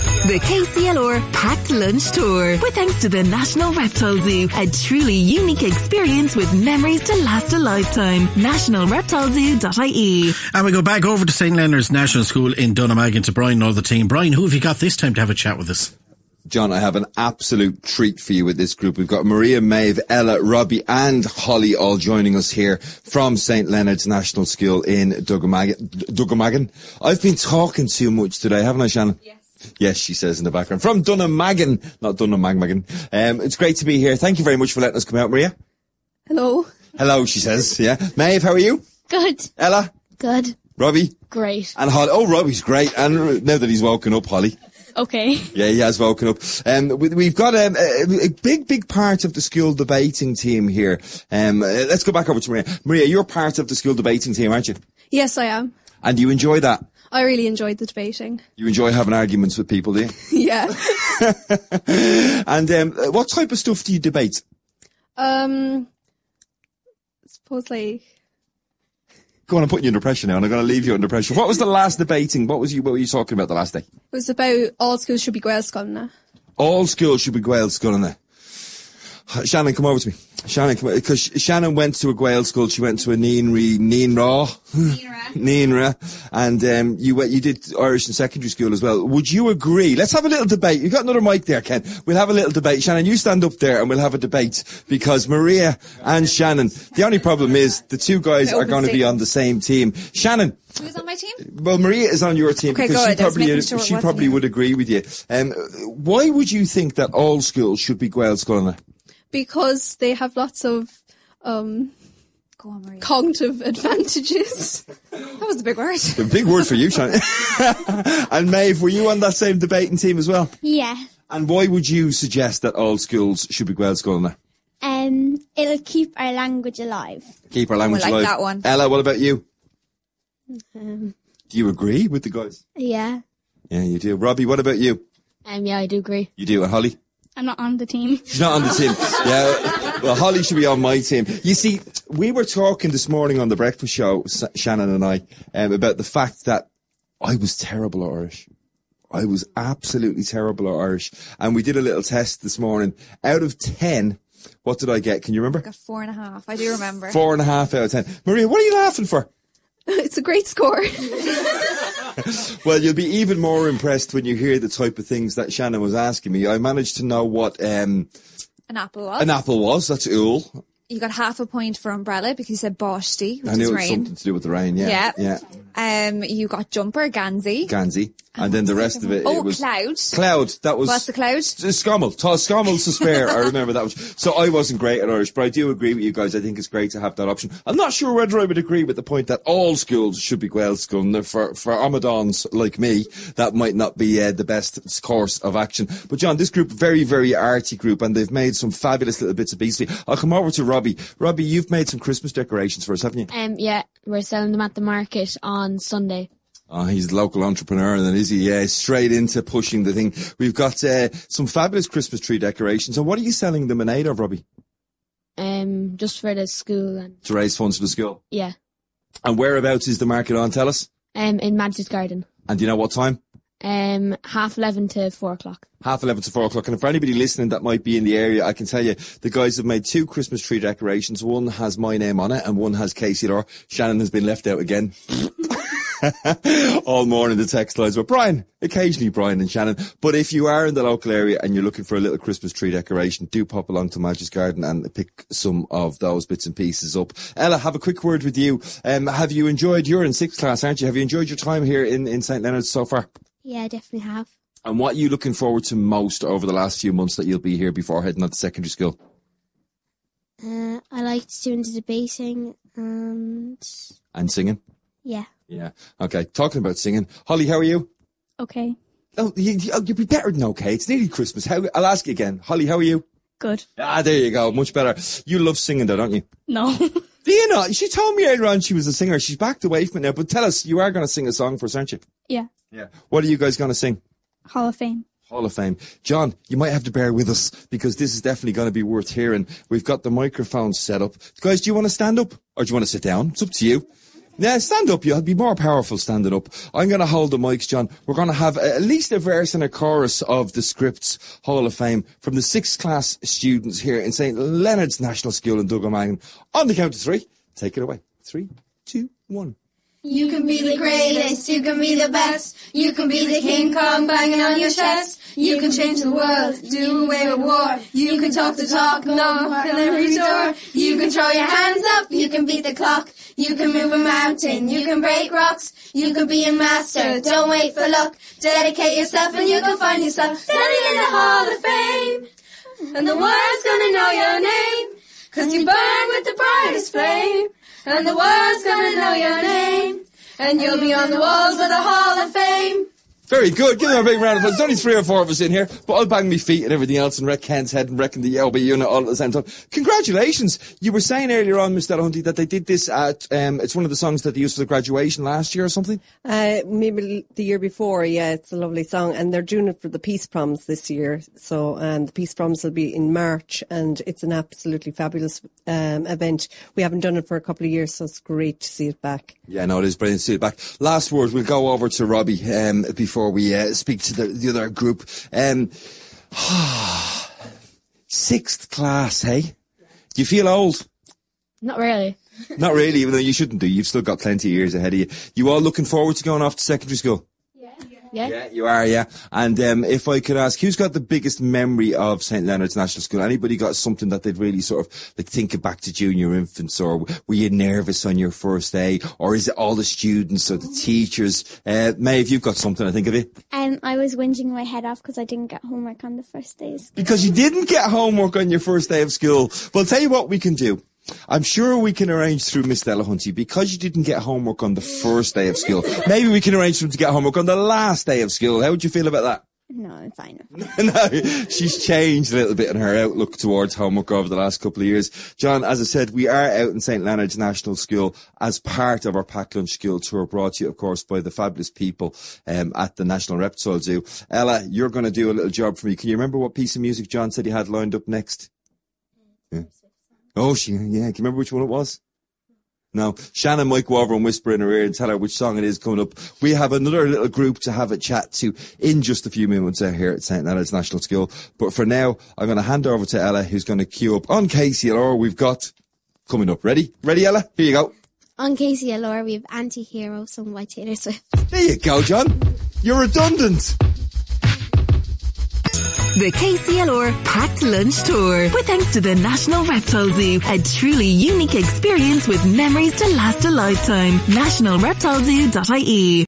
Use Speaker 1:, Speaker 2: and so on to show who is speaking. Speaker 1: The KCLR Packed Lunch Tour. With thanks to the National Reptile Zoo, a truly unique experience with memories to last a lifetime. NationalReptileZoo.ie.
Speaker 2: And we go back over to St. Leonard's National School in Dunamagan to Brian and all the team. Brian, who have you got this time to have a chat with us?
Speaker 3: John, I have an absolute treat for you with this group. We've got Maria, Maeve, Ella, Robbie and Holly all joining us here from St. Leonard's National School in Dugamagan. Dugamagan. I've been talking too much today, haven't I, Shannon? Yes. Yes, she says in the background. From Dunamagan, not Dunamagmagan. Um, it's great to be here. Thank you very much for letting us come out, Maria.
Speaker 4: Hello.
Speaker 3: Hello, she says. Yeah. Maeve, how are you?
Speaker 4: Good.
Speaker 3: Ella?
Speaker 4: Good.
Speaker 3: Robbie?
Speaker 4: Great.
Speaker 3: And Holly. Oh, Robbie's great. And r- now that he's woken up, Holly.
Speaker 4: Okay.
Speaker 3: Yeah, he has woken up. Um, we, we've got um, a, a big, big part of the school debating team here. Um, uh, let's go back over to Maria. Maria, you're part of the school debating team, aren't you?
Speaker 4: Yes, I am.
Speaker 3: And you enjoy that.
Speaker 4: I really enjoyed the debating.
Speaker 3: You enjoy having arguments with people, do you?
Speaker 4: yeah.
Speaker 3: and um, uh, what type of stuff do you debate?
Speaker 4: Um, suppose like
Speaker 3: Go on, I'm putting you under pressure now, and I'm going to leave you under pressure. What was the last debating? What was you? What were you talking about the last day?
Speaker 4: it was about all schools should be Gwelsconna.
Speaker 3: All schools should be Gael school in there. Shannon, come over to me. Shannon, come because Shannon went to a Gael school. She went to a Nienre, Nienra, Nienra, and um, you went, you did Irish in secondary school as well. Would you agree? Let's have a little debate. You've got another mic there, Ken. We'll have a little debate. Shannon, you stand up there and we'll have a debate because Maria and Shannon. The only problem is the two guys
Speaker 5: The
Speaker 3: are
Speaker 5: open
Speaker 3: going to be
Speaker 5: statement.
Speaker 3: on the same team. Shannon.
Speaker 5: Who's on my team?
Speaker 3: Well, Maria is on your team
Speaker 5: Okay,
Speaker 3: because
Speaker 5: good.
Speaker 3: she
Speaker 5: I was
Speaker 3: probably
Speaker 5: making sure it
Speaker 3: she
Speaker 5: wasn't
Speaker 3: probably
Speaker 5: you.
Speaker 3: would agree with you. Um, why would you think that all schools should be Gael Scoilna?
Speaker 4: Because they have lots of um,
Speaker 5: Go on, Maria.
Speaker 4: cognitive advantages.
Speaker 5: That was a big word.
Speaker 3: A big word for you, Shannon. and Maeve, were you on that same debating team as well?
Speaker 6: Yeah.
Speaker 3: And why would you suggest that all schools should be Gael Scoilna?
Speaker 6: Um, it'll keep our language alive.
Speaker 3: Keep our language
Speaker 5: Oh, like
Speaker 3: alive.
Speaker 5: that one.
Speaker 3: Ella, what about you? Do you agree with the guys?
Speaker 6: Yeah.
Speaker 3: Yeah, you do. Robbie, what about you?
Speaker 6: Um, yeah, I do agree.
Speaker 3: You do, and Holly?
Speaker 7: I'm not on the team.
Speaker 3: She's not on the team. Yeah, well, Holly should be on my team. You see, we were talking this morning on the breakfast show, S- Shannon and I, um, about the fact that I was terrible at Irish. I was absolutely terrible at Irish, and we did a little test this morning. Out of ten, what did I get? Can you remember?
Speaker 5: Got four and a half. I do remember.
Speaker 3: Four and a half out of ten. Maria, what are you laughing for?
Speaker 4: it's a great score.
Speaker 3: Well, you'll be even more impressed when you hear the type of things that Shannon was asking me. I managed to know what um,
Speaker 5: An apple was.
Speaker 3: an apple was. That's ool.
Speaker 5: you got half a point for umbrella because you said Boshti, which
Speaker 3: I knew
Speaker 5: is
Speaker 3: it was
Speaker 5: rain.
Speaker 3: something to do with the rain. Yeah.
Speaker 5: Yeah.
Speaker 3: Yeah.
Speaker 5: Um, you got jumper, Gansey.
Speaker 3: Gansey, and then the rest of it,
Speaker 5: Oh,
Speaker 3: it was
Speaker 5: cloud.
Speaker 3: Cloud. That was
Speaker 5: What's the cloud?
Speaker 3: Scommel. Scommel to spare. I remember that. Was, so I wasn't great at Irish, but I do agree with you guys. I think it's great to have that option. I'm not sure whether I would agree with the point that all schools should be Gael school. Now, For for Amadons like me, that might not be uh, the best course of action. But John, this group very very arty group, and they've made some fabulous little bits of beastly. I'll come over to Robbie. Robbie, you've made some Christmas decorations for us, haven't you?
Speaker 8: Um, yeah, we're selling them at the market on Sunday.
Speaker 3: Oh, he's a local entrepreneur, and then is he? Yeah, straight into pushing the thing. We've got uh, some fabulous Christmas tree decorations. And what are you selling them in aid of, Robbie?
Speaker 8: Um, just for the school and
Speaker 3: To raise funds for the school.
Speaker 8: yeah.
Speaker 3: And whereabouts is the market on? Tell us.
Speaker 8: Um, in Madge's Garden.
Speaker 3: And do you know what time?
Speaker 8: Um, half eleven to four o'clock.
Speaker 3: half 11 to 4 o'clock. And for anybody listening that might be in the area, I can tell you the guys have made two Christmas tree decorations. One has my name on it and one has Casey Law. Shannon has been left out again. All morning the text lines were Brian, occasionally Brian and Shannon. But if you are in the local area and you're looking for a little Christmas tree decoration, do pop along to Madge's Garden and pick some of those bits and pieces up. Ella, have a quick word with you. Um, have you enjoyed, you're in sixth class, aren't you? Have you enjoyed your time here in, in St. Leonard's so far?
Speaker 6: Yeah, I definitely have.
Speaker 3: And what are you looking forward to most over the last few months that you'll be here before heading on to secondary school?
Speaker 6: Uh, I liked doing the debating and
Speaker 3: And singing?
Speaker 6: yeah.
Speaker 3: Yeah. Okay. Talking about singing. Holly, how are you?
Speaker 7: Okay.
Speaker 3: Oh, you, you, oh, you'll be better than okay. It's nearly Christmas. How, I'll ask you again. Holly, how are you?
Speaker 7: Good.
Speaker 3: Ah, there you go. Much better. You love singing though, don't you?
Speaker 7: No.
Speaker 3: Do you not? She told me earlier on she was a singer. She's backed away from it now, but tell us, you are going to sing a song for us, aren't you?
Speaker 7: yeah.
Speaker 3: Yeah. What are you guys going to sing?
Speaker 7: Hall of Fame.
Speaker 3: Hall of Fame. John, you might have to bear with us because this is definitely going to be worth hearing. We've got the microphones set up. Guys, do you want to stand up or do you want to sit down? It's up to you. Now stand up. You'll be more powerful standing up. I'm going to hold the mics, John. We're going to have at least a verse and a chorus of the scripts Hall of Fame from the sixth class students here in St Leonard's National School in Dugomagan. On the count of three, take it away. Three, two, one.
Speaker 9: You can be the greatest, you can be the best, you can be the King Kong banging on your chest, you can change the world, do away with war, you can talk the talk, knock on every door, you can throw your hands up, you can beat the clock, you can move a mountain, you can break rocks, you can be a master, don't wait for luck, dedicate yourself and you can find yourself standing in the Hall of Fame, and the world's gonna know your name, cause you burn with the brightest flame. And the world's gonna know your name. And you'll be on the walls of the Hall of Fame.
Speaker 3: Very good. Give them a big round of applause. There's only three or four of us in here, but I'll bang my feet and everything else and wreck Ken's head and wrecking the LB unit all at the same time. Congratulations. You were saying earlier on, Mr. Hunty, that they did this at, um, it's one of the songs that they used for the graduation last year or something.
Speaker 10: Uh, maybe the year before, yeah, it's a lovely song, and they're doing it for the peace proms this year. So, and the peace proms will be in March, and it's an absolutely fabulous um, event. We haven't done it for a couple of years, so it's great to see it back.
Speaker 3: Yeah, no, it is brilliant to see it back. Last word, we'll go over to Robbie um, before we uh, speak to the, the other group. Um, sixth class, hey? Do you feel old?
Speaker 8: Not really.
Speaker 3: Not really, even though you shouldn't do. You've still got plenty of years ahead of you. You all looking forward to going off to secondary school?
Speaker 8: Yeah.
Speaker 3: Yeah, you are, yeah. And um, if I could ask, who's got the biggest memory of St. Leonard's National School? Anybody got something that they'd really sort of like thinking back to junior infants or were you nervous on your first day or is it all the students or the teachers? Uh, May, if you've got something, I think of it.
Speaker 6: Um, I was whinging my head off because I didn't get homework on the first days.
Speaker 3: Because you didn't get homework on your first day of school. Well, tell you what we can do. I'm sure we can arrange through Miss Stella Hunty because you didn't get homework on the first day of school. Maybe we can arrange for them to get homework on the last day of school. How would you feel about that?
Speaker 6: No, I'm fine.
Speaker 3: no, she's changed a little bit in her outlook towards homework over the last couple of years. John, as I said, we are out in St. Leonard's National School as part of our Pack Lunch School Tour brought to you, of course, by the fabulous people um, at the National Reptile Zoo. Ella, you're going to do a little job for me. Can you remember what piece of music John said he had lined up next? Yeah. Oh, she, yeah. Can you remember which one it was? Now, Shannon might go over and whisper in her ear and tell her which song it is coming up. We have another little group to have a chat to in just a few moments out here at St. Leonard's National School. But for now, I'm going to hand over to Ella, who's going to queue up on KCLR. We've got coming up. Ready? Ready, Ella? Here you go.
Speaker 6: On KCLR, we have Anti Hero, sung by Taylor Swift.
Speaker 3: There you go, John. You're redundant.
Speaker 1: The KCLR Packed Lunch Tour. With thanks to the National Reptile Zoo, a truly unique experience with memories to last a lifetime. NationalReptileZoo.ie.